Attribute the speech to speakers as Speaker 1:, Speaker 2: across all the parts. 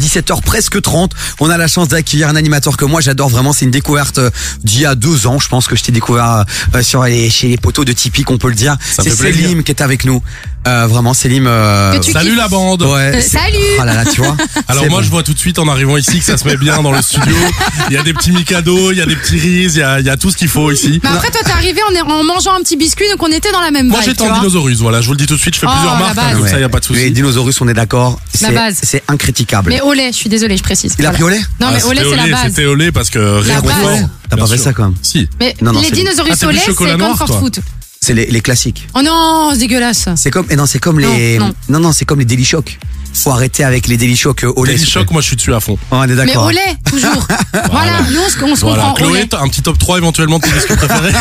Speaker 1: 17h presque 30. On a la chance d'accueillir un animateur que moi j'adore vraiment. C'est une découverte euh, d'il y a deux ans. Je pense que je t'ai découvert euh, sur les, chez les poteaux de Tipeee, qu'on peut le dire.
Speaker 2: me
Speaker 1: C'est
Speaker 2: fait plaisir.
Speaker 1: Selim qui est avec nous. Euh, vraiment, Selim. euh,
Speaker 3: Que tu
Speaker 2: Salut
Speaker 3: kiffes.
Speaker 2: la bande
Speaker 1: ouais,
Speaker 3: Euh,
Speaker 1: c'est-
Speaker 3: salut
Speaker 1: Oh là là, tu vois.
Speaker 2: Alors
Speaker 1: c'est
Speaker 2: moi
Speaker 1: bon.
Speaker 2: je vois tout de suite en arrivant ici que ça se met bien dans le studio. Il y a des petits micados, il y a des petits riz, il y a, il y a tout ce qu'il faut ici.
Speaker 3: Mais Bah, après, toi, t'es arrivé en, en mangeant un petit biscuit, donc on était dans la même
Speaker 2: Moi
Speaker 3: vibe,
Speaker 2: j'étais
Speaker 3: tu
Speaker 2: en
Speaker 3: vois.
Speaker 2: dinosaurus, voilà, je vous le dis tout de suite, je fais
Speaker 3: Oh,
Speaker 2: plusieurs
Speaker 3: la
Speaker 2: marques, hein,
Speaker 3: base.
Speaker 2: comme ça il
Speaker 1: Ouais.
Speaker 2: y a pas de
Speaker 1: Les
Speaker 2: souci.
Speaker 1: dinosaures, on est d'accord.
Speaker 3: La
Speaker 1: C'est
Speaker 3: base.
Speaker 1: c'est incritiquable.
Speaker 3: Mais au lait, je suis désolée, je précise.
Speaker 1: Il a
Speaker 3: Voilà.
Speaker 1: pris au lait
Speaker 3: Non,
Speaker 2: Ah,
Speaker 3: mais au
Speaker 2: c'était
Speaker 3: lait, c'est la
Speaker 2: olé,
Speaker 3: base.
Speaker 2: C'était olé parce que réconfort.
Speaker 3: base.
Speaker 1: T'as
Speaker 2: Bien
Speaker 1: pas fait
Speaker 2: sûr.
Speaker 1: ça quand même.
Speaker 2: Si.
Speaker 3: Mais
Speaker 1: Non, non, c'est-
Speaker 3: les
Speaker 2: Ah,
Speaker 3: dinosaures
Speaker 2: t'as
Speaker 3: au
Speaker 2: bu
Speaker 3: lait,
Speaker 2: le
Speaker 3: c'est
Speaker 2: chocolat
Speaker 3: comme
Speaker 2: noir,
Speaker 3: fort
Speaker 2: toi
Speaker 3: foot.
Speaker 1: C'est les, les classiques.
Speaker 3: Oh non, c'est dégueulasse.
Speaker 1: C'est comme, et non, c'est comme les,
Speaker 3: Non, non.
Speaker 1: non, c'est comme les Daily Shock. Faut arrêter avec les Daily Shock euh, au lait.
Speaker 2: Daily
Speaker 1: s'il te
Speaker 2: Shock, moi je suis dessus à fond.
Speaker 1: plaît. Ouais, on est
Speaker 3: Mais
Speaker 1: d'accord. hein.
Speaker 3: au lait, toujours. voilà, nous, on se on se
Speaker 2: Voilà,
Speaker 3: comprend au
Speaker 2: Chloé,
Speaker 3: lait.
Speaker 2: t'as un petit top 3 éventuellement de tes biscuits préférés.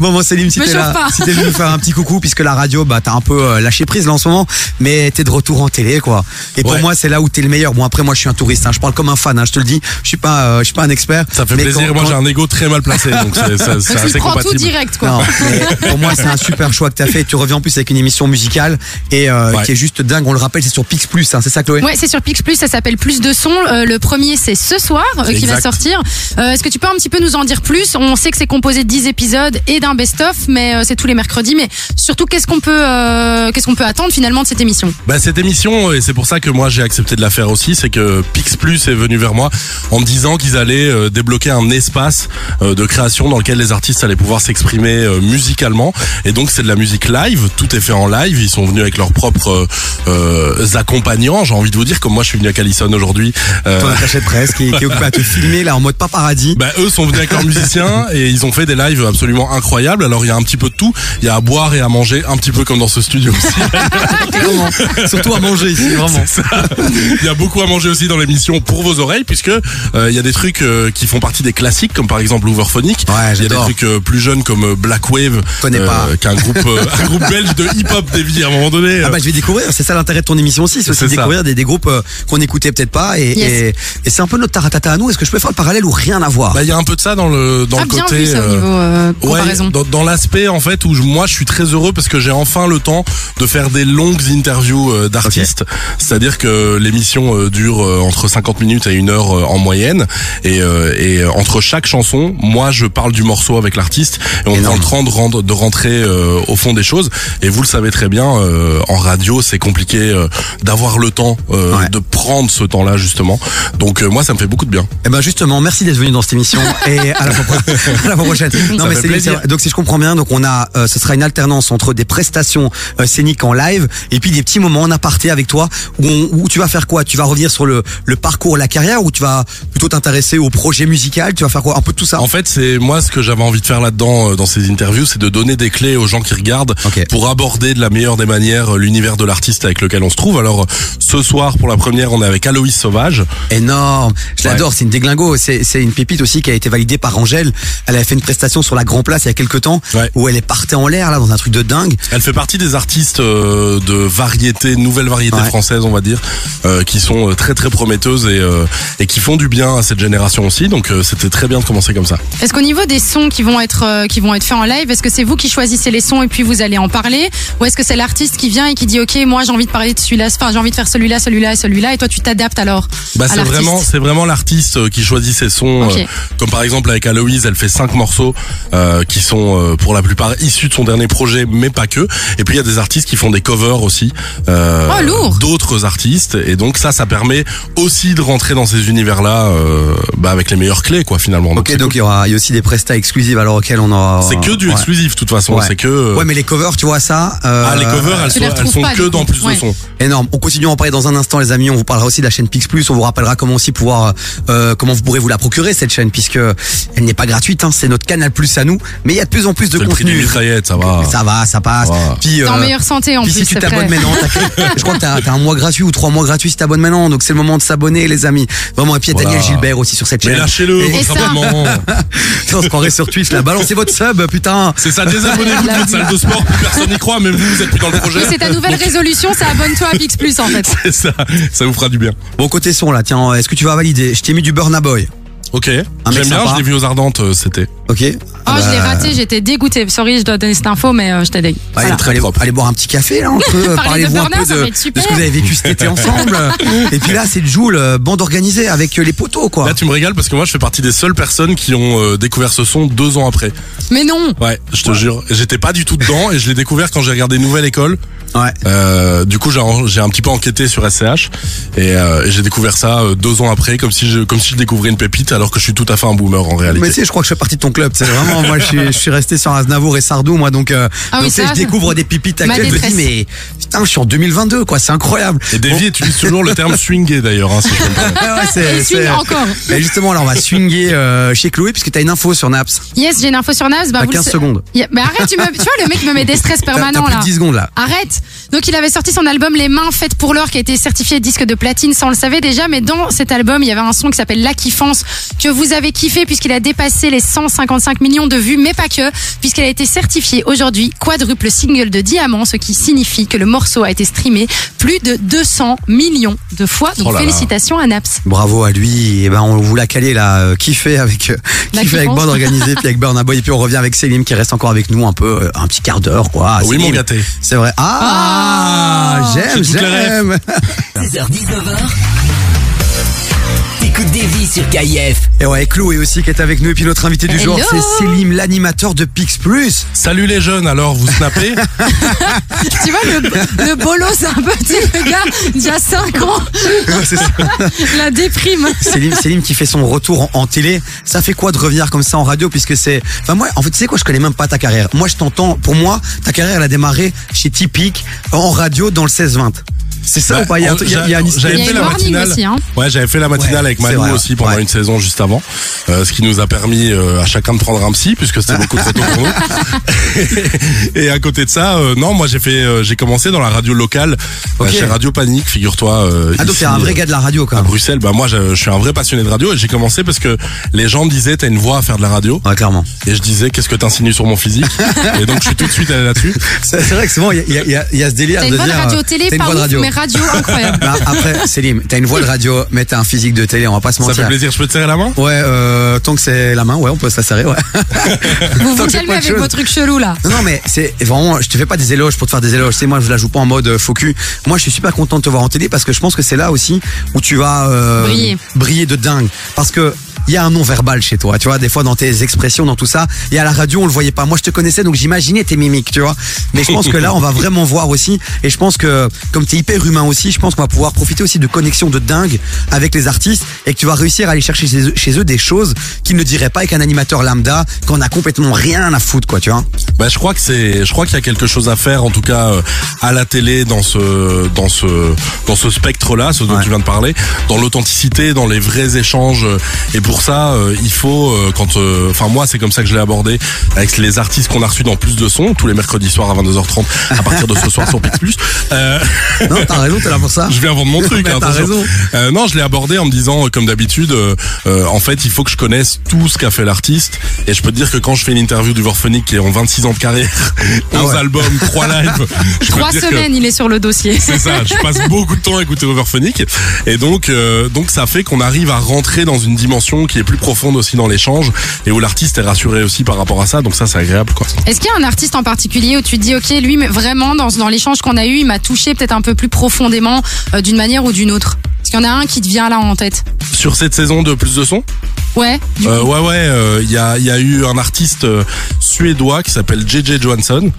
Speaker 1: Bon, bon, Céline, si
Speaker 3: Me
Speaker 1: t'es
Speaker 3: chauffe
Speaker 1: là,
Speaker 3: pas.
Speaker 1: si t'es venu nous faire un petit coucou, puisque la radio, bah, t'as un peu euh, lâché prise là en ce moment, mais t'es de retour en télé, quoi. Et pour
Speaker 2: Ouais.
Speaker 1: moi, c'est là où t'es le meilleur. Bon, après, moi, je suis un touriste, hein, je parle comme un fan, hein, je te le dis. Je suis pas, euh, je suis pas un expert.
Speaker 2: Ça fait
Speaker 1: mais
Speaker 2: plaisir,
Speaker 1: quand-
Speaker 2: moi
Speaker 1: quand-
Speaker 2: j'ai un ego très mal placé, donc c'est c'est- c'est
Speaker 3: Donc,
Speaker 2: assez
Speaker 3: il prend tout
Speaker 2: compatible.
Speaker 3: direct, quoi.
Speaker 1: Non, mais pour moi c'est un super choix que t'as fait. Tu reviens en plus avec une émission musicale et euh,
Speaker 2: Ouais.
Speaker 1: qui est juste dingue. On le rappelle, c'est sur Pix Plus, hein, c'est ça Chloé
Speaker 3: Ouais, c'est sur Pix Plus, ça s'appelle Plus de sons. Euh, le premier, c'est ce soir euh, qui va
Speaker 2: Exact.
Speaker 3: sortir. Euh, Est-ce que tu peux un petit peu nous en dire plus On sait que c'est composé de 10 épisodes et d'un best-of, mais euh, c'est tous les mercredis. Mais surtout, qu'est-ce qu'on peut, euh, qu'est-ce qu'on peut attendre finalement de cette émission
Speaker 2: Bah, cette émission, et c'est pour ça que moi j'ai accepté de la faire aussi, c'est que Pix Plus est venu vers moi en me disant qu'ils allaient euh, débloquer un espace euh, de création dans lequel les artistes allaient pouvoir s'exprimer euh, musicalement. Et donc c'est de la musique live, tout est fait en live, ils sont venus avec leurs propres euh, euh, accompagnants, j'ai envie de vous dire, comme moi je suis venu avec Allison aujourd'hui. euh,
Speaker 1: Ton attaché de presse qui, qui est occupé à te filmer là en mode pas paradis.
Speaker 2: bah, eux sont venus avec leurs musiciens et ils ont fait des lives absolument incroyables. Alors il y a un petit peu de tout, il y a à boire et à manger, un petit peu comme dans ce studio aussi.
Speaker 1: Vraiment. Surtout à manger ici, vraiment.
Speaker 2: C'est ça. Il y a beaucoup à manger aussi dans l'émission pour vos oreilles, puisque euh, il y a des trucs euh, qui font partie des classiques, comme par exemple Overphonic.
Speaker 1: Ouais,
Speaker 2: il y a des
Speaker 1: j'adore.
Speaker 2: trucs euh, plus jeunes comme euh, Black Wave,
Speaker 1: Connais pas.
Speaker 2: qui est un groupe, euh, un groupe belge de hip-hop dévié à un moment donné.
Speaker 1: Ah bah je vais découvrir, c'est ça l'intérêt de ton émission aussi, c'est aussi
Speaker 2: Euh, C'est
Speaker 1: de
Speaker 2: ça.
Speaker 1: découvrir des, des groupes euh, qu'on écoutait peut-être pas et,
Speaker 3: Yes.
Speaker 1: et, et c'est un peu notre taratata à nous, est-ce que je peux faire le parallèle ou rien à voir
Speaker 2: Bah, il y a un peu de ça dans le dans
Speaker 3: Ah,
Speaker 2: le
Speaker 3: bien
Speaker 2: côté.
Speaker 3: vu ça au
Speaker 2: euh,
Speaker 3: niveau euh,
Speaker 2: Ouais,
Speaker 3: comparaison.
Speaker 2: dans, dans l'aspect en fait où je- moi je suis très heureux parce que j'ai enfin le temps de faire des longues interviews euh, d'artistes. C'est-à-dire que l'émission euh, dure euh, entre 50 minutes et une heure euh, en moyenne et, euh, et euh, entre chaque chanson, moi je parle du morceau avec l'artiste et on prend
Speaker 1: Énorme.
Speaker 2: le temps de, rendre- de rentrer euh, au fond des choses. Et vous le savez très bien, euh, en radio c'est compliqué euh, d'avoir le temps euh,
Speaker 1: Ouais.
Speaker 2: de prendre ce temps-là justement. Donc euh, moi ça me fait beaucoup de bien.
Speaker 1: Eh ben justement, merci d'être venu dans cette émission et à la fois- à la fois prochaine. Non
Speaker 2: Ça
Speaker 1: mais
Speaker 2: fait
Speaker 1: c'est
Speaker 2: plaisir.
Speaker 1: c'est- donc si je comprends bien, donc on a euh, ce sera une alternance entre des prestations euh, scéniques en live et puis des petits moments en aparté avec toi où, on- où tu vas faire quoi Tu vas revenir sur le, le parcours, la carrière ou tu vas plutôt t'intéresser au projet musical Tu vas faire quoi Un peu de tout ça
Speaker 2: En fait, c'est moi ce que j'avais envie de faire là-dedans euh, dans ces interviews, c'est de donner des clés aux gens qui regardent
Speaker 1: Ok.
Speaker 2: pour aborder de la meilleure des manières euh, l'univers de l'artiste avec lequel on se trouve. Alors euh, ce soir pour la première, on est avec Aloïs Sauvage.
Speaker 1: Énorme, je
Speaker 2: Ouais.
Speaker 1: l'adore, c'est une déglingo, c'est c'est une pépite aussi qui a été validée par Angèle. Elle avait fait une prestation sur la Grand Place il y a quelques temps
Speaker 2: Ouais.
Speaker 1: où elle est partie en l'air là dans un truc de dingue.
Speaker 2: Elle fait partie des artistes euh, de variété, nouvelle variété
Speaker 1: Ouais.
Speaker 2: française, on va dire, euh, qui sont euh, très très prometteuses et euh, et qui font du bien à cette génération aussi. Donc euh, c'était très bien de commencer comme ça.
Speaker 3: Est-ce qu'au niveau des sons qui vont être euh, qui vont être faits en live, est-ce que c'est vous qui choisissez les sons et puis vous allez en parler, ou est-ce que c'est l'artiste qui vient et qui dit ok moi j'ai envie de parler de celui-là, enfin j'ai envie de faire celui-là, celui-là et celui-là et toi tu t'adaptes alors
Speaker 2: Bah,
Speaker 3: à
Speaker 2: c'est
Speaker 3: l'artiste.
Speaker 2: vraiment, c'est vraiment l'artiste euh, qui choisit ses sons.
Speaker 3: Ok.
Speaker 2: euh, comme par exemple avec Aloïse, elle fait cinq morceaux euh, qui sont euh, pour la plupart issus de son dernier projet, mais pas que. Et puis il y a des artistes qui font des covers aussi. euh,
Speaker 3: Oh, lourd.
Speaker 2: D'autres artistes. Et donc ça, ça permet aussi de rentrer dans ces univers-là euh, bah, avec les meilleures clés, quoi, finalement. Donc,
Speaker 1: Ok,
Speaker 2: c'est
Speaker 1: donc il y aura il y a aussi des prestas exclusives alors auxquelles on aura.
Speaker 2: c'est que du
Speaker 1: Ouais.
Speaker 2: exclusif, de toute façon.
Speaker 1: Ouais.
Speaker 2: C'est que. euh,
Speaker 1: Ouais, mais les covers, tu vois ça euh,
Speaker 2: ah, les covers, elles
Speaker 3: Tu
Speaker 2: sont,
Speaker 3: les
Speaker 2: elles
Speaker 3: retrouves
Speaker 2: sont
Speaker 3: pas,
Speaker 2: que
Speaker 3: du
Speaker 2: dans
Speaker 3: coup.
Speaker 2: plus
Speaker 3: Ouais.
Speaker 2: de son.
Speaker 1: Énorme. On continue à en parler dans un instant, les amis. On vous parlera aussi de la chaîne Pix Plus. On vous rappellera comment aussi pouvoir, euh, comment vous pourrez vous la procurer cette chaîne, puisque elle n'est pas gratuite. Hein, c'est notre Canal Plus à nous. Mais il y a de plus en plus de
Speaker 2: C'est le prix Ah. d'une
Speaker 1: contenu.
Speaker 2: mitraillette, ça va.
Speaker 1: Ça va, ça passe.
Speaker 2: Ça va.
Speaker 1: Puis,
Speaker 3: T'es en
Speaker 1: euh,
Speaker 3: meilleure santé en
Speaker 1: puis
Speaker 3: plus.
Speaker 1: si tu
Speaker 3: c'est
Speaker 1: t'abonnes
Speaker 3: vrai.
Speaker 1: maintenant, t'as- je crois que t'as t'as un mois gratuit ou trois mois gratuits si t'abonnes maintenant. Donc c'est le moment de s'abonner, les amis. Vraiment. Et puis il y a
Speaker 2: Voilà.
Speaker 1: Daniel Gilbert aussi sur cette
Speaker 2: Mais
Speaker 1: chaîne.
Speaker 2: lâchez-le,
Speaker 1: Et-
Speaker 2: votre
Speaker 3: ça.
Speaker 2: abonnement.
Speaker 1: on se croirait sur Twitch là. Balancez votre sub, putain.
Speaker 2: C'est ça, désabonnez-vous de
Speaker 3: La
Speaker 2: votre salle de sport, plus personne n'y croit, même vous, vous êtes plus dans le projet.
Speaker 3: Oui, c'est ta nouvelle résolution, c'est abonne-toi à Pix Plus en fait.
Speaker 2: C'est ça, ça vous fera du bien.
Speaker 1: Bon côté son là. Tiens, est-ce que tu vas valider Je t'ai mis du Burna Boy.
Speaker 2: Ok.
Speaker 1: mec
Speaker 2: J'aime bien,
Speaker 1: sympa.
Speaker 2: je l'ai vu aux Ardentes, euh, c'était.
Speaker 1: Ok.
Speaker 3: Oh,
Speaker 1: Ah
Speaker 3: je l'ai
Speaker 1: bah,
Speaker 3: raté, j'étais dégoûtée. Sorry, je dois donner cette info, mais euh, j'étais dégueu.
Speaker 1: bah, allez,
Speaker 2: Voilà. Très
Speaker 1: allez-
Speaker 2: propre.
Speaker 1: allez boire un petit café là, entre eux,
Speaker 3: Parler de
Speaker 1: parlez-vous un peu
Speaker 3: burn-out, ça
Speaker 1: de,
Speaker 3: va être super.
Speaker 1: de ce que vous avez vécu cet été ensemble. Et puis là, c'est le Joule, euh, bande organisée avec euh, les poteaux quoi.
Speaker 2: Là, tu me régales parce que moi, je fais partie des seules personnes qui ont euh, découvert ce son deux ans après.
Speaker 3: Mais non
Speaker 2: Ouais, je te jure. J'étais pas du tout dedans et je l'ai découvert quand j'ai regardé Nouvelle École.
Speaker 1: Ouais.
Speaker 2: Euh, du coup, j'ai en- j'ai un petit peu enquêté sur SCH et, euh, et j'ai découvert ça euh, deux ans après, comme si je comme si je découvrais une pépite, alors que je suis tout à fait un boomer en réalité.
Speaker 1: Mais tu sais, je crois que je fais partie de ton club. C'est vraiment, moi, je suis, je suis resté sur Aznavour et Sardou, moi, donc, euh,
Speaker 3: Ah
Speaker 1: donc,
Speaker 3: oui,
Speaker 1: tu sais, je
Speaker 3: ça, ça-
Speaker 1: découvre des pipites
Speaker 3: Ma
Speaker 1: actuelles. Je me dis,
Speaker 3: détresse.
Speaker 1: mais putain, je suis en 2022, quoi. C'est incroyable.
Speaker 2: Et Davy utilise toujours le terme swingé d'ailleurs. Hein, si je comprends.
Speaker 1: Ouais, ouais, c'est-
Speaker 3: Et
Speaker 1: c'est-
Speaker 3: swing encore.
Speaker 1: Et justement, là, on va swinguer euh, chez Chloé, puisque t'as une info sur Naps.
Speaker 3: Yes, j'ai une info sur Navs. Bah,
Speaker 1: T'as
Speaker 3: vous le
Speaker 1: 15
Speaker 3: sa-
Speaker 1: secondes.
Speaker 3: Y a- Mais arrête, tu, me... tu vois, le mec me met des stress
Speaker 1: T'as t'as
Speaker 3: permanents
Speaker 1: plus
Speaker 3: là.
Speaker 1: de 10 secondes, là.
Speaker 3: Arrête Donc il avait sorti son album Les Mains Faites pour l'Or qui a été certifié disque de platine, ça on le savait déjà, mais dans cet album il y avait un son qui s'appelle La Kiffance que vous avez kiffé puisqu'il a dépassé les 155 millions de vues, mais pas que, puisqu'il a été certifié aujourd'hui quadruple single de diamant, ce qui signifie que le morceau a été streamé plus de 200 millions de fois. Donc
Speaker 2: Oh là là.
Speaker 3: félicitations à Naps.
Speaker 1: Bravo à lui. Et ben, on vous l'a calé, là. euh, Kiffé avec, euh,
Speaker 3: La
Speaker 1: kiffé avec
Speaker 3: kiffance.
Speaker 1: Bande Organisée, puis avec Burna Boy. Et puis, on revient avec Selim, qui reste encore avec nous un peu, euh, un petit quart d'heure, quoi.
Speaker 2: Ah oui,
Speaker 1: Selim,
Speaker 2: mon gâté.
Speaker 1: C'est vrai. Ah!
Speaker 3: Ah.
Speaker 1: j'aime,
Speaker 2: C'est toute la
Speaker 1: j'aime!
Speaker 4: 16h, 19h. T'écoutes des vies sur KIF.
Speaker 1: Et ouais, Chloé aussi qui est avec nous. Et puis notre invité du jour,
Speaker 3: Hello.
Speaker 1: c'est Selim, l'animateur de Pix Plus.
Speaker 2: Salut les jeunes. Alors, vous snappez
Speaker 3: tu vois, le, le bolo c'est un petit le gars il y a 5 ans,
Speaker 1: C'est ça.
Speaker 3: la déprime.
Speaker 1: Selim, Selim qui fait son retour en, en télé. Ça fait quoi de revenir comme ça en radio Puisque c'est. Enfin, moi, en fait, tu sais quoi, je connais même pas ta carrière. Moi, je t'entends. Pour moi, ta carrière, elle a démarré chez Typique, en radio, dans le 16-20. C'est ça Oh,
Speaker 2: Bah,
Speaker 1: ou pas Il y a,
Speaker 2: on-
Speaker 1: il y a- il y a
Speaker 2: j'a-
Speaker 1: une
Speaker 2: j'avais
Speaker 3: Il y a
Speaker 2: fait
Speaker 3: eu
Speaker 2: la
Speaker 3: Warning
Speaker 2: matinale.
Speaker 3: aussi, hein.
Speaker 2: Ouais, j'avais fait la matinale
Speaker 1: Ouais,
Speaker 2: avec
Speaker 1: c'est
Speaker 2: Manu
Speaker 1: vrai,
Speaker 2: aussi pendant
Speaker 1: ouais.
Speaker 2: une saison juste avant, euh, ce qui nous a permis euh, à chacun de prendre un psy puisque c'était beaucoup trop tôt pour nous. et à côté de ça, euh, non, moi j'ai fait, euh, j'ai commencé dans la radio locale euh,
Speaker 1: Ok.
Speaker 2: chez Radio Panique, figure-toi. euh,
Speaker 1: Ah, donc
Speaker 2: ici,
Speaker 1: t'es un vrai
Speaker 2: euh,
Speaker 1: gars de la radio, quand
Speaker 2: à
Speaker 1: même.
Speaker 2: Bruxelles, bah moi je, je suis un vrai passionné de radio et j'ai commencé parce que les gens me disaient t'as une voix à faire de la radio
Speaker 1: Ouais, clairement.
Speaker 2: et je disais qu'est-ce que t'insinues sur mon physique et donc je suis tout de suite allé là-dessus.
Speaker 1: C'est c'est vrai que souvent, il y a- il y, a- il y a- il y a ce délire
Speaker 3: T'as
Speaker 1: de
Speaker 3: une voix de
Speaker 1: dire,
Speaker 3: radio
Speaker 1: euh,
Speaker 3: télé,
Speaker 1: t'as une
Speaker 3: pas
Speaker 1: voix de
Speaker 3: ouf,
Speaker 1: radio.
Speaker 3: mais radio incroyable.
Speaker 1: Non, Bah, après, Selim, t'as une voix de radio, mais t'as un physique de télé, on va pas se
Speaker 2: Ça
Speaker 1: mentir.
Speaker 2: fait plaisir, je peux te serrer la main
Speaker 1: Ouais, euh, tant que c'est la main, ouais, on peut se la serrer, ouais.
Speaker 3: Vous vous
Speaker 1: c'est
Speaker 3: calmez
Speaker 1: pas
Speaker 3: avec
Speaker 1: autre chose.
Speaker 3: vos trucs chelous là.
Speaker 1: Non, non, mais c'est vraiment, je te fais pas des éloges pour te faire des éloges. C'est moi, je la joue pas en mode euh, faux cul. Moi, je suis super content de te voir en télé parce que je pense que c'est là aussi où tu vas euh,
Speaker 3: Briller.
Speaker 1: briller de dingue. Parce que il y a un non verbal chez toi, tu vois. Des fois, dans tes expressions, dans tout ça, et à la radio, on le voyait pas. Moi, je te connaissais, donc j'imaginais tes mimiques, tu vois. Mais je pense que là, on va vraiment voir aussi. Et je pense que comme t'es hyper humain aussi, je pense qu'on va pouvoir profiter aussi de connexions de dingue avec les artistes et que tu vas réussir à aller chercher chez eux, chez eux des choses qu'ils ne diraient pas avec un animateur lambda quand on a complètement rien à foutre, quoi, tu vois.
Speaker 2: Bah, je crois que c'est, je crois qu'il y a quelque chose à faire, en tout cas euh, à la télé, dans ce, dans ce, dans ce spectre-là, ce dont
Speaker 1: Ouais.
Speaker 2: tu viens de parler, dans l'authenticité, dans les vrais échanges. euh, Et pour ça, euh, il faut, euh, quand, euh, enfin moi, c'est comme ça que je l'ai abordé avec les artistes qu'on a reçus dans plus de sons tous les mercredis soirs à 22h30 à partir de ce soir sur Pix Plus. Euh,
Speaker 1: Non, t'as raison, t'es là pour ça.
Speaker 2: je vais vendre mon truc.
Speaker 1: Mais
Speaker 2: hein,
Speaker 1: t'as
Speaker 2: attention.
Speaker 1: raison.
Speaker 2: Euh, non, je l'ai abordé en me disant, euh, comme d'habitude, euh, euh, en fait, il faut que je connaisse tout ce qu'a fait l'artiste. Et je peux te dire que quand je fais une interview du Vorphonique qui est en 26 ans de carrière, 11
Speaker 1: Ah ouais.
Speaker 2: albums, 3 lives, je peux
Speaker 3: Trois
Speaker 2: te dire que-
Speaker 3: semaines, il est sur le dossier.
Speaker 2: c'est ça, je passe beaucoup de temps à écouter Overphonic et donc euh, donc ça fait qu'on arrive à rentrer dans une dimension qui est plus profonde aussi dans l'échange et où l'artiste est rassuré aussi par rapport à ça, donc ça c'est agréable quoi.
Speaker 3: Est-ce qu'il y a un artiste en particulier où tu te dis, ok, lui, mais vraiment, dans, dans l'échange qu'on a eu, il m'a touché peut-être un peu plus profondément euh, d'une manière ou d'une autre Est-ce qu'il y en a un qui te vient là en tête
Speaker 2: Sur cette saison de plus de sons,
Speaker 3: Ouais. du-
Speaker 2: Euh, ouais, ouais, euh, il y, a, il y a eu un artiste euh, suédois qui s'appelle JJ Johansson.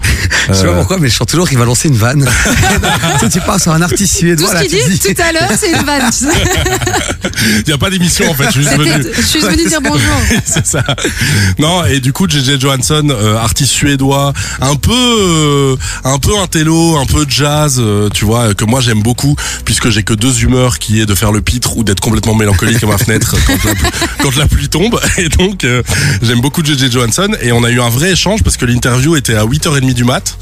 Speaker 1: Je sais
Speaker 2: Euh,
Speaker 1: pas pourquoi, mais je sens toujours qu'il va lancer une vanne. tu, sais, tu pars sur un artiste
Speaker 3: Tout
Speaker 1: suédois
Speaker 3: ce
Speaker 1: là,
Speaker 3: qu'il
Speaker 1: tu
Speaker 3: dit
Speaker 1: dis-
Speaker 3: tout à l'heure, c'est une vanne. tu sais.
Speaker 2: Il n'y a pas d'émission en fait, je suis juste venu.
Speaker 3: C'était- Je suis venue dire bonjour.
Speaker 2: C'est ça. Non, et du coup, JJ Johansson, euh, artiste suédois, un peu, euh, un peu intello, un peu jazz, euh, tu vois, que moi j'aime beaucoup, puisque j'ai que deux humeurs qui est de faire le pitre ou d'être complètement mélancolique à ma fenêtre quand la, pluie, quand la pluie tombe. Et donc, euh, j'aime beaucoup JJ Johansson. Et on a eu un vrai échange parce que l'interview était à 8h30 du mat.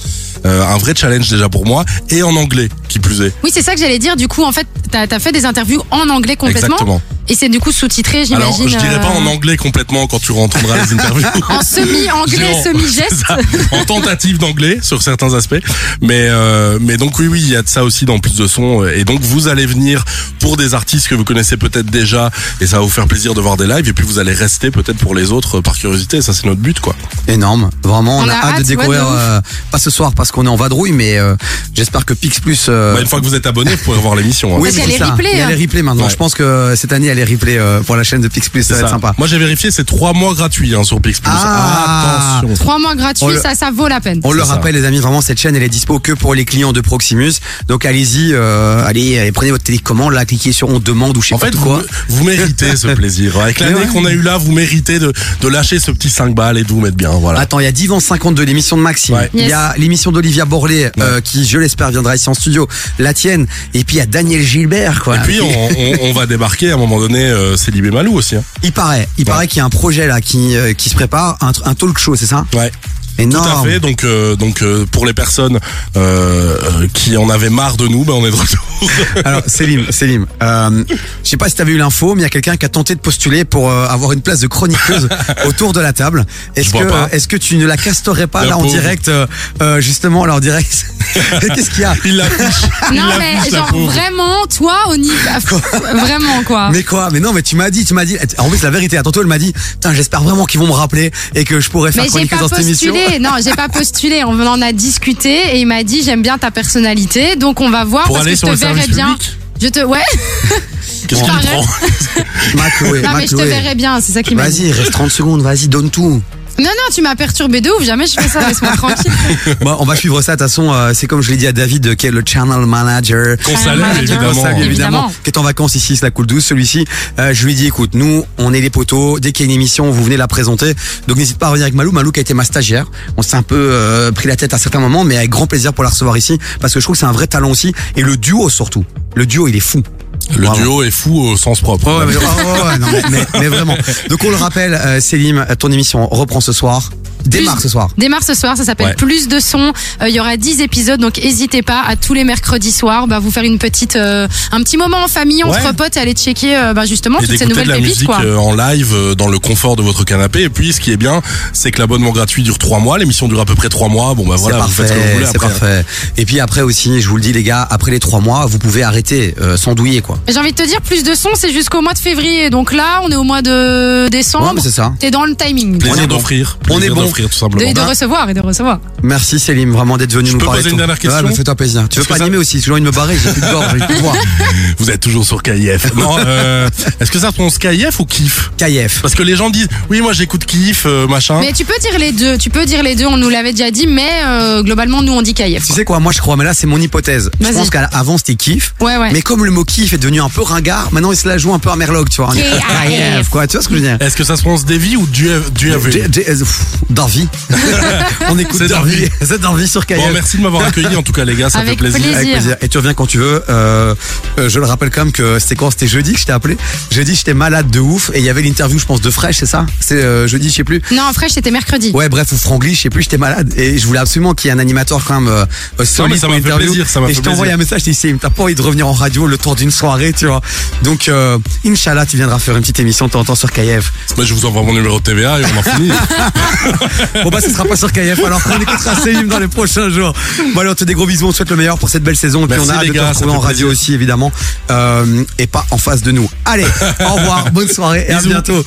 Speaker 2: Euh, un vrai challenge déjà pour moi et en anglais qui plus est
Speaker 3: Oui, c'est ça que j'allais dire. Du coup, en fait, t'as as fait des interviews en anglais complètement.
Speaker 2: exactement
Speaker 3: Et c'est du coup sous-titré, j'imagine.
Speaker 2: Alors, je dirais pas en
Speaker 3: euh,
Speaker 2: anglais complètement quand tu entendras les interviews.
Speaker 3: En semi-anglais,
Speaker 2: Géant.
Speaker 3: semi-geste.
Speaker 2: C'est ça. en tentative d'anglais sur certains aspects. Mais euh, mais donc oui oui, il y a de ça aussi dans plus de sons. Et donc vous allez venir pour des artistes que vous connaissez peut-être déjà, et ça va vous faire plaisir de voir des lives. Et puis vous allez rester peut-être pour les autres euh, par curiosité. Ça c'est notre but quoi.
Speaker 1: Énorme, vraiment, on, a, hâte de
Speaker 3: ouais,
Speaker 1: découvrir,
Speaker 3: de ouf.
Speaker 1: euh, pas ce soir parce qu'on est en vadrouille, mais euh, j'espère que Pix Plus... euh,
Speaker 2: Bah, une fois que vous êtes abonné, vous pourrez revoir l'émission. hein.
Speaker 3: Oui, Parce mais- qu'elle
Speaker 1: c'est
Speaker 3: est
Speaker 1: ça.
Speaker 3: replay,
Speaker 1: Mais Elle
Speaker 3: hein.
Speaker 1: est replay maintenant.
Speaker 2: Ouais.
Speaker 1: Je pense que cette année, elle est replay euh, pour la chaîne de Pix Plus. Ça
Speaker 2: C'est
Speaker 1: va être
Speaker 2: ça.
Speaker 1: sympa.
Speaker 2: Moi j'ai vérifié, c'est trois mois gratuits hein, sur Pix Plus.
Speaker 1: Ah.
Speaker 2: Attention.
Speaker 3: Trois mois
Speaker 1: On
Speaker 3: gratuits,
Speaker 1: le-
Speaker 3: ça, ça vaut la peine.
Speaker 1: On le
Speaker 2: C'est ça.
Speaker 1: rappelle, les amis, vraiment, cette chaîne, elle est dispo que pour les clients de Proximus. Donc, allez-y, euh, allez, allez, prenez votre télécommande, là, cliquez sur On demande ou je sais
Speaker 2: En
Speaker 1: pas
Speaker 2: fait, vous,
Speaker 1: quoi.
Speaker 2: vous méritez ce plaisir. Avec
Speaker 1: Mais
Speaker 2: l'année
Speaker 1: ouais.
Speaker 2: qu'on a eu là, vous méritez de, de lâcher ce petit 5 balles et de vous mettre bien. Voilà.
Speaker 1: Attends, il y a Divan 52, l'émission de Maxime.
Speaker 2: Ouais.
Speaker 1: Il y a l'émission d'Olivia Borlé, euh, qui, je l'espère, viendra ici en studio. La tienne. Et puis, il y a Daniel Gilbert, quoi.
Speaker 2: Et puis Ah on, on- on va débarquer à un moment donné, euh, c'est Libé Malou aussi. Hein.
Speaker 1: Il paraît, il
Speaker 2: Ouais.
Speaker 1: paraît qu'il y a un projet, là, qui, euh, qui se prépare. Un, tr- un talk show, c'est ça?
Speaker 2: Ouais. Tout
Speaker 1: Énorme.
Speaker 2: à fait. Donc, euh, donc euh, pour les personnes euh, euh, qui en avaient marre de nous, ben on est de retour.
Speaker 1: Alors, Célim, Célim, euh, je sais pas si t'avais eu l'info, mais il y a quelqu'un qui a tenté de postuler pour euh, avoir une place de chroniqueuse autour de la table. Est-ce
Speaker 2: Je vois
Speaker 1: que,
Speaker 2: pas.
Speaker 1: euh, est-ce que tu ne la casterais pas
Speaker 2: La
Speaker 1: là en
Speaker 2: pauvre.
Speaker 1: direct, euh, euh, justement là en direct Qu'est-ce qu'il y a
Speaker 2: Il l'affiche. Il
Speaker 3: Non,
Speaker 2: l'affiche,
Speaker 3: mais
Speaker 2: la
Speaker 3: genre
Speaker 2: pauvre.
Speaker 3: vraiment, toi, on y va. Vraiment, quoi.
Speaker 1: mais quoi Mais non, mais tu m'as dit, tu m'as dit. En plus, la vérité, à tantôt, elle m'a dit. Putain, j'espère vraiment qu'ils vont me rappeler et que je pourrais faire
Speaker 3: Mais j'ai
Speaker 1: chroniqueuse dans
Speaker 3: pas
Speaker 1: cette émission.
Speaker 3: postulé. Non, j'ai pas postulé. On en a discuté et il m'a dit j'aime bien ta personnalité, donc on va voir
Speaker 2: Pour
Speaker 3: parce
Speaker 2: aller
Speaker 3: que je
Speaker 2: sur
Speaker 3: te
Speaker 2: le
Speaker 3: verrai
Speaker 2: service
Speaker 3: bien.
Speaker 2: public.
Speaker 3: Je te ouais.
Speaker 2: Qu'est-ce qu'il
Speaker 3: Pareil.
Speaker 2: prend
Speaker 1: Ma Chloé,
Speaker 3: Non
Speaker 1: ma
Speaker 3: mais je te
Speaker 1: Chloé.
Speaker 3: verrai bien. C'est ça qui m'a dit.
Speaker 1: Vas-y, reste 30 secondes, vas-y, donne tout.
Speaker 3: Non non, tu m'as perturbé de ouf. Jamais je fais ça. Laisse-moi tranquille.
Speaker 1: Bon, on va suivre ça, de toute façon, euh, c'est comme je l'ai dit à David, qui est le channel manager.
Speaker 2: Qu'on
Speaker 3: Channel
Speaker 2: salue,
Speaker 3: manager.
Speaker 1: Évidemment,
Speaker 2: évidemment.
Speaker 1: Sac, évidemment,
Speaker 3: Évidemment.
Speaker 1: qui est en vacances ici, c'est la coule douce, celui-ci. Euh, je lui dis, écoute, nous, on est les poteaux. Dès qu'il y a une émission, vous venez la présenter. Donc n'hésite pas à revenir avec Malou. Malou qui a été ma stagiaire. On s'est un peu euh, pris la tête à certains moments, mais avec grand plaisir pour la recevoir ici, parce que je trouve que c'est un vrai talent aussi. Et le duo surtout. Le duo, il est fou.
Speaker 2: Le
Speaker 1: Bravo.
Speaker 2: duo est fou au sens propre.
Speaker 1: Ouais, mais, oh, ouais, non, mais- mais- mais vraiment. Donc on le rappelle, euh, Célim, ton émission reprend ce soir. Démarre
Speaker 3: Plus-
Speaker 1: ce soir.
Speaker 3: Démarre ce soir, ça s'appelle
Speaker 2: Ouais.
Speaker 3: Plus de sons. Euh, Il y aura 10 épisodes, donc n'hésitez pas à tous les mercredis soirs, bah, vous faire une petite, euh, un petit moment en famille, entre
Speaker 2: Ouais.
Speaker 3: potes, et aller checker euh, bah, justement
Speaker 2: et
Speaker 3: toutes
Speaker 2: d'écouter
Speaker 3: ces
Speaker 2: de
Speaker 3: nouvelles
Speaker 2: la
Speaker 3: pépites.
Speaker 2: musique
Speaker 3: Quoi.
Speaker 2: euh, en live euh, dans le confort de votre canapé. Et puis, ce qui est bien, c'est que l'abonnement gratuit dure trois mois. L'émission dure à peu près trois mois. Bon, bah voilà, vous
Speaker 1: c'est
Speaker 2: faites ce que vous
Speaker 1: parfait,
Speaker 2: voulez
Speaker 1: c'est
Speaker 2: après.
Speaker 1: parfait. Et puis après aussi, je vous le dis les gars, après les trois mois, vous pouvez arrêter, euh, s'endouiller quoi.
Speaker 3: J'ai envie de te dire, plus de sons, c'est jusqu'au mois de février. Donc là, on est au mois de
Speaker 1: Ouais,
Speaker 3: décembre.
Speaker 1: mais c'est ça.
Speaker 3: T'es dans le timing. De,
Speaker 1: On est
Speaker 2: Plaisir
Speaker 1: bon.
Speaker 2: d'offrir.
Speaker 1: On est
Speaker 2: plaisir
Speaker 1: bon.
Speaker 2: d'offrir, tout simplement.
Speaker 3: et de recevoir et de recevoir.
Speaker 1: Merci Célim, vraiment d'être venu
Speaker 2: Je
Speaker 1: nous
Speaker 2: peux
Speaker 1: parler.
Speaker 2: poser
Speaker 1: de
Speaker 2: une
Speaker 1: ton-
Speaker 2: dernière question
Speaker 1: Ouais, mais fais-toi plaisir. Tu veux
Speaker 2: Est-ce
Speaker 1: pas
Speaker 2: que ça-
Speaker 1: animer aussi, j'ai envie de me barrer, j'ai plus de gorge, j'ai plus de voix.
Speaker 2: Vous êtes toujours sur KIF. Non, euh, est-ce que ça se prononce KIF ou KIF
Speaker 1: Kayev.
Speaker 2: Parce que les gens disent, oui, moi j'écoute KIF, euh,
Speaker 1: Hein
Speaker 2: machin.
Speaker 3: Mais tu peux dire les deux. Tu peux dire les deux. On nous l'avait déjà dit, mais euh, globalement, nous on dit KF.
Speaker 1: Tu sais quoi, moi je crois, mais là c'est mon hypothèse. Je
Speaker 3: Vas-y.
Speaker 1: pense qu'avant c'était kiff.
Speaker 3: Ouais, ouais.
Speaker 1: Mais comme le mot kiff est devenu un peu ringard, maintenant il se la joue un peu à Merloc, tu vois.
Speaker 3: K.I.F..
Speaker 1: Kayev, quoi, tu vois ce que je veux dire
Speaker 2: Est-ce que ça se prononce Davy ou Duev
Speaker 1: J- J- euh, pff, Darby. On écoute
Speaker 2: C'est
Speaker 1: Darby.
Speaker 2: Darby.
Speaker 1: C'est Darby sur
Speaker 2: Bon,
Speaker 1: Kayev.
Speaker 2: merci de m'avoir accueilli en tout cas, les gars, ça
Speaker 3: Avec
Speaker 2: fait plaisir.
Speaker 3: plaisir.
Speaker 1: Avec plaisir. Et tu reviens quand tu veux. Euh, euh, je le rappelle quand même que c'était quand C'était jeudi que je t'ai appelé. Jeudi, j'étais malade de ouf. Et il y avait l'interview, je pense, de Fresh, c'est ça C'est euh, jeudi, je sais plus.
Speaker 3: Non, fraîche, c'était mercredi.
Speaker 1: Ouais, bref, ou Frangli, je sais plus, j'étais malade. Et je voulais absolument qu'il y ait un animateur quand même euh, euh, solide
Speaker 2: mais ça
Speaker 1: pour
Speaker 2: m'a fait
Speaker 1: l'interview.
Speaker 2: plaisir, ça m'a
Speaker 1: Et
Speaker 2: fait
Speaker 1: je t'ai envoyé
Speaker 2: plaisir.
Speaker 1: un message, j'ai dit, Céline, t'as pas envie de revenir en radio le temps d'une soirée, tu vois. Donc, euh, Inch'Allah, tu viendras faire une petite émission de temps en temps sur KF.
Speaker 2: Bah, je vous envoie mon numéro de TVA et on en finit.
Speaker 1: Bon, bah, ce sera pas sur KF, alors on écoutera Céline dans les prochains jours. Bon, alors, on te des gros bisous, on te souhaite le meilleur pour cette belle saison. Et puis,
Speaker 2: Merci,
Speaker 1: on a hâte
Speaker 2: les
Speaker 1: de te
Speaker 2: gars, ça
Speaker 1: retrouver
Speaker 2: fait
Speaker 1: en radio
Speaker 2: plaisir.
Speaker 1: aussi, évidemment. Euh, et pas en face de nous. Allez, au revoir, bonne soirée et à
Speaker 2: Bisous.
Speaker 1: bientôt.